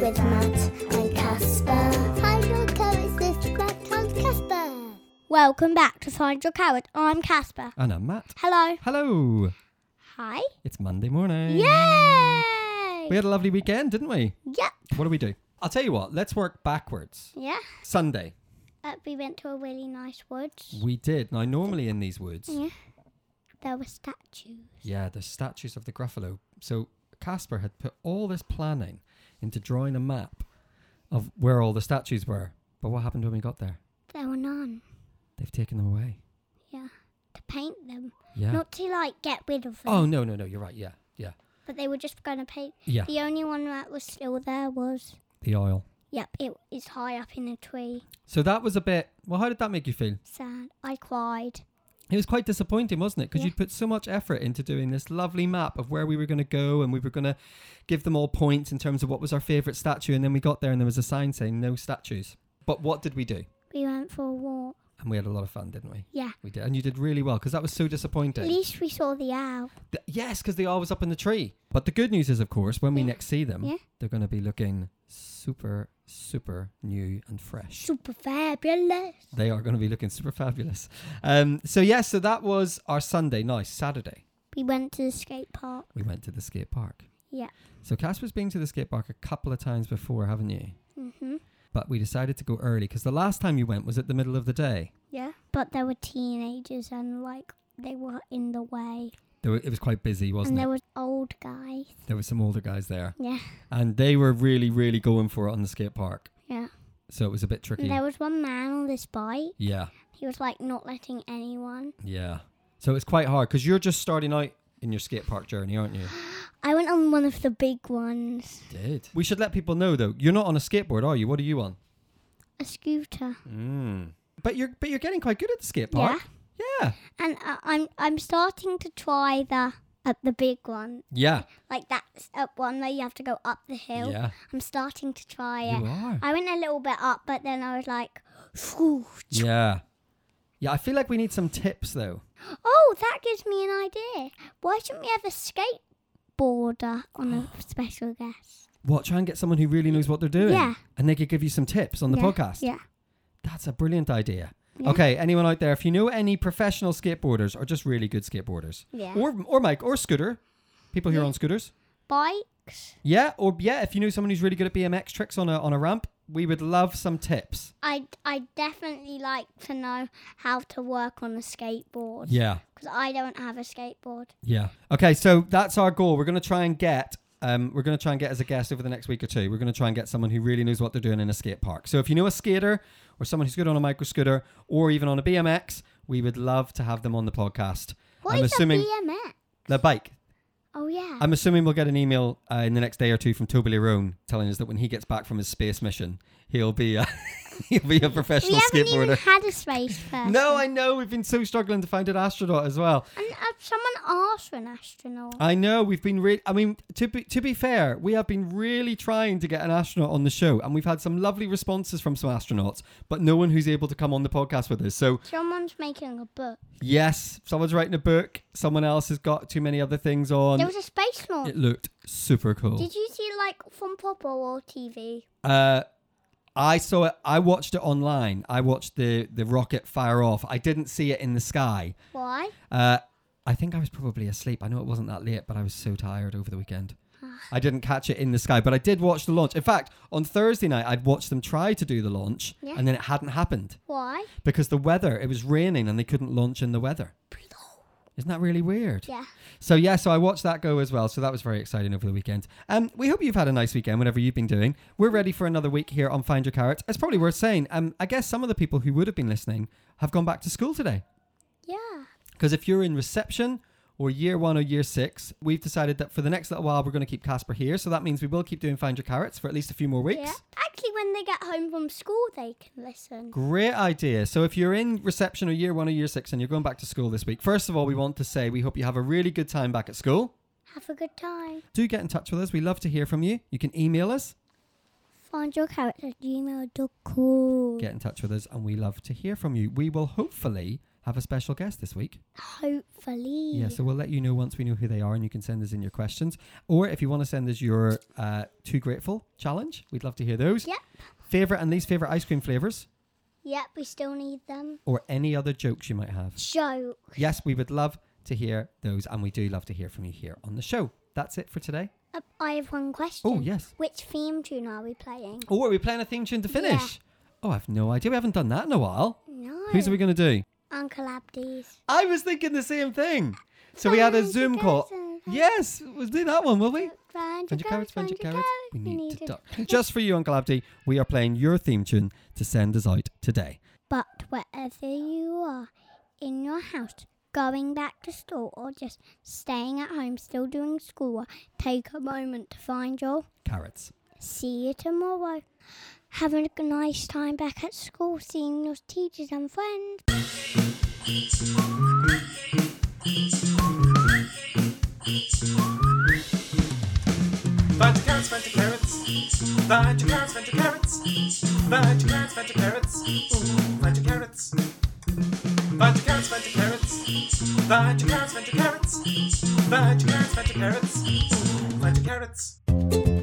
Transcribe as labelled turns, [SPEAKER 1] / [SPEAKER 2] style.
[SPEAKER 1] with Matt and Casper. Find your carrots with Matt and Casper. Welcome back to Find Your Carrot. I'm Casper.
[SPEAKER 2] And I'm Matt.
[SPEAKER 1] Hello.
[SPEAKER 2] Hello.
[SPEAKER 1] Hi.
[SPEAKER 2] It's Monday morning.
[SPEAKER 1] Yay!
[SPEAKER 2] We had a lovely weekend, didn't we?
[SPEAKER 1] yep.
[SPEAKER 2] What do we do? I'll tell you what, let's work backwards.
[SPEAKER 1] Yeah.
[SPEAKER 2] Sunday.
[SPEAKER 1] Uh, we went to a really nice woods.
[SPEAKER 2] We did. Now, normally in these woods,
[SPEAKER 1] Yeah. There were statues.
[SPEAKER 2] yeah, there's statues of the Gruffalo. So Casper had put all this planning into drawing a map of where all the statues were. But what happened when we got there?
[SPEAKER 1] There were none.
[SPEAKER 2] They've taken them away.
[SPEAKER 1] Yeah. To paint them.
[SPEAKER 2] Yeah.
[SPEAKER 1] Not to like get rid of them.
[SPEAKER 2] oh, no, no, no. You're right. Yeah. Yeah.
[SPEAKER 1] But they were just going to paint.
[SPEAKER 2] Yeah.
[SPEAKER 1] The only one that was still there was.
[SPEAKER 2] The oil.
[SPEAKER 1] Yep, it is high up in a tree.
[SPEAKER 2] So that was a bit. Well, how did that make you feel?
[SPEAKER 1] Sad. I cried.
[SPEAKER 2] It was quite disappointing, wasn't it? Because
[SPEAKER 1] Yeah.
[SPEAKER 2] you'd put so much effort into doing this lovely map of where we were going to go and we were going to give them all points in terms of what was our favourite statue. And then we got there and there was a sign saying no statues. But what did we do?
[SPEAKER 1] We went for a walk.
[SPEAKER 2] And we had a lot of fun, didn't we?
[SPEAKER 1] Yeah.
[SPEAKER 2] We did. And you did really well because that was so disappointing.
[SPEAKER 1] At least we saw the owl.
[SPEAKER 2] Th- yes, because they all was up in the tree. But the good news is, of course, when we
[SPEAKER 1] Yeah.
[SPEAKER 2] next see them,
[SPEAKER 1] Yeah.
[SPEAKER 2] they're going to be looking super, super new and fresh.
[SPEAKER 1] Super fabulous.
[SPEAKER 2] They are going to be looking super fabulous. Um, so, yes, so that was our Sunday. Nice. Saturday.
[SPEAKER 1] We went to the skate park.
[SPEAKER 2] we went to the skate park.
[SPEAKER 1] Yeah.
[SPEAKER 2] So Casper's been to the skate park a couple of times before, haven't you?
[SPEAKER 1] Mhm.
[SPEAKER 2] But we decided to go early because the last time you went was at the middle of the day.
[SPEAKER 1] Yeah. But there were teenagers and like they were in the way.
[SPEAKER 2] There were, it was quite busy, wasn't
[SPEAKER 1] and there
[SPEAKER 2] it?
[SPEAKER 1] was old guys.
[SPEAKER 2] There were some older guys there,
[SPEAKER 1] Yeah.
[SPEAKER 2] and they were really, really going for it on the skate park.
[SPEAKER 1] Yeah.
[SPEAKER 2] So it was a bit
[SPEAKER 1] And
[SPEAKER 2] tricky.
[SPEAKER 1] there was one man on this bike.
[SPEAKER 2] yeah,
[SPEAKER 1] He was like not letting anyone.
[SPEAKER 2] yeah. So it's quite hard because you're just starting out in your skate park journey, aren't you?
[SPEAKER 1] I went on one of the big ones.
[SPEAKER 2] Did we should let people know though? You're not on a skateboard, are you? What are you on?
[SPEAKER 1] A scooter.
[SPEAKER 2] Mm. But you're but you're getting quite good at the skate park. Yeah.
[SPEAKER 1] And I I'm I'm starting to try the at the big one.
[SPEAKER 2] Yeah.
[SPEAKER 1] Like that up one where you have to go up the hill.
[SPEAKER 2] Yeah.
[SPEAKER 1] I'm starting to try it.
[SPEAKER 2] You are.
[SPEAKER 1] I went a little bit up, but then I was like, "Phew."
[SPEAKER 2] Yeah. Yeah, I feel like we need some tips though.
[SPEAKER 1] oh, that gives me an idea. Why shouldn't we have a skateboarder on a special guest?
[SPEAKER 2] What, try and get someone who really knows what they're doing.
[SPEAKER 1] Yeah.
[SPEAKER 2] And they could give you some tips on the
[SPEAKER 1] yeah,
[SPEAKER 2] podcast.
[SPEAKER 1] Yeah.
[SPEAKER 2] That's a brilliant idea.
[SPEAKER 1] Yeah.
[SPEAKER 2] Okay, anyone out there, if you know any professional skateboarders or just really good skateboarders.
[SPEAKER 1] Yeah.
[SPEAKER 2] Or or Mike or scooter. People who are
[SPEAKER 1] Yeah.
[SPEAKER 2] on scooters.
[SPEAKER 1] Bikes.
[SPEAKER 2] Yeah, or yeah, if you know someone who's really good at BMX tricks on a on a ramp, we would love some tips.
[SPEAKER 1] I I definitely like to know how to work on a skateboard
[SPEAKER 2] Yeah.
[SPEAKER 1] because I don't have a skateboard.
[SPEAKER 2] Yeah. Okay, so that's our goal. We're going to try and get. Um, we're going to try and get as a guest over the next week or two. We're going to try and get someone who really knows what they're doing in a skate park. So if you know a skater or someone who's good on a micro scooter or even on a BMX, we would love to have them on the podcast.
[SPEAKER 1] What is
[SPEAKER 2] I'm assuming
[SPEAKER 1] a BMX?
[SPEAKER 2] the bike.
[SPEAKER 1] Oh yeah.
[SPEAKER 2] I'm assuming we'll get an email uh, in the next day or two from Toby Lerone telling us that when he gets back from his space mission, he'll be a, he'll be
[SPEAKER 1] we
[SPEAKER 2] a professional
[SPEAKER 1] haven't even
[SPEAKER 2] skateboarder.
[SPEAKER 1] had a space person.
[SPEAKER 2] No, I know we've been so struggling to find an astronaut as well.
[SPEAKER 1] And uh, someone asked for an astronaut.
[SPEAKER 2] I know we've been really. I mean, to be to be fair, we have been really trying to get an astronaut on the show, and we've had some lovely responses from some astronauts, but no one who's able to come on the podcast with us. So
[SPEAKER 1] Someone's making a book.
[SPEAKER 2] yes, someone's writing a book. Someone else has got too many other things on.
[SPEAKER 1] There was a space launch.
[SPEAKER 2] it looked super cool.
[SPEAKER 1] Did you see like from Papa or TV?
[SPEAKER 2] Uh, I saw it. I watched it online. I watched the the rocket fire off. I didn't see it in the sky.
[SPEAKER 1] Why?
[SPEAKER 2] Uh, I think I was probably asleep. I know it wasn't that late, but I was so tired over the weekend.
[SPEAKER 1] Ah.
[SPEAKER 2] I didn't catch it in the sky, but I did watch the launch. In fact, on Thursday night, I'd watched them try to do the launch,
[SPEAKER 1] Yeah.
[SPEAKER 2] and then it hadn't happened
[SPEAKER 1] Why?
[SPEAKER 2] because the weather, it was raining and they couldn't launch in the weather. Isn't that really weird?
[SPEAKER 1] Yeah.
[SPEAKER 2] So, yeah, so I watched that go as well. So that was very exciting over the weekend. Um, we hope you've had a nice weekend, whatever you've been doing. We're ready for another week here on Find Your Carrot. It's probably worth saying, um, I guess some of the people who would have been listening have gone back to school today.
[SPEAKER 1] Yeah.
[SPEAKER 2] Because if you're in reception or year one or year six, we've decided that for the next little while we're going to keep Casper here. So that means we will keep doing Find Your Carrots for at least a few more weeks.
[SPEAKER 1] Yeah. Actually, when they get home from school, they can listen.
[SPEAKER 2] Great idea. So if you're in reception or year one or year six and you're going back to school this week, first of all, we want to say we hope you have a really good time back at school.
[SPEAKER 1] Have a good time.
[SPEAKER 2] Do get in touch with us. We love to hear from you. You can email us,
[SPEAKER 1] Find your character at gmail.com.
[SPEAKER 2] get in touch with us, and we love to hear from you. We will hopefully have a special guest this week.
[SPEAKER 1] Hopefully.
[SPEAKER 2] Yeah, so we'll let you know once we know who they are, and you can send us in your questions. Or if you want to send us your uh, Too Grateful challenge, we'd love to hear those.
[SPEAKER 1] Yep.
[SPEAKER 2] Favorite and least favorite ice cream flavors,
[SPEAKER 1] Yep, we still need them.
[SPEAKER 2] or any other jokes you might have.
[SPEAKER 1] Joe.
[SPEAKER 2] Yes, we would love to hear those, and we do love to hear from you here on the show. That's it for today.
[SPEAKER 1] Uh, I have one question.
[SPEAKER 2] Oh, yes.
[SPEAKER 1] Which theme tune are we playing?
[SPEAKER 2] Oh, are we playing a theme tune to
[SPEAKER 1] Yeah.
[SPEAKER 2] finish? Oh, I've no idea. We haven't done that in a while.
[SPEAKER 1] No.
[SPEAKER 2] Who's are we going to do?
[SPEAKER 1] Uncle Abdi's.
[SPEAKER 2] I was thinking the same thing. So we had a
[SPEAKER 1] Find your
[SPEAKER 2] Zoom call.
[SPEAKER 1] carrots and-
[SPEAKER 2] Yes, we'll do that one, will we?
[SPEAKER 1] Find
[SPEAKER 2] Find your carrots, find your carrots. We
[SPEAKER 1] you
[SPEAKER 2] need to
[SPEAKER 1] it.
[SPEAKER 2] duck. Just for you, Uncle Abdi, we are playing your theme tune to send us out today.
[SPEAKER 1] But wherever you are, in your house, going back to school, or just staying at home, still doing schoolwork, take a moment to find your.
[SPEAKER 2] Carrots.
[SPEAKER 1] See you tomorrow. Have a nice time back at school, seeing your teachers and friends.
[SPEAKER 3] Find your carrots, find your carrots. Find your carrots, find your carrots. Find your carrots, find your carrots. Ooh, Find your carrots. Find your carrots, find your carrots. Find your carrots, find your carrots. Find your carrots, find your carrots. Ooh, Find your carrots.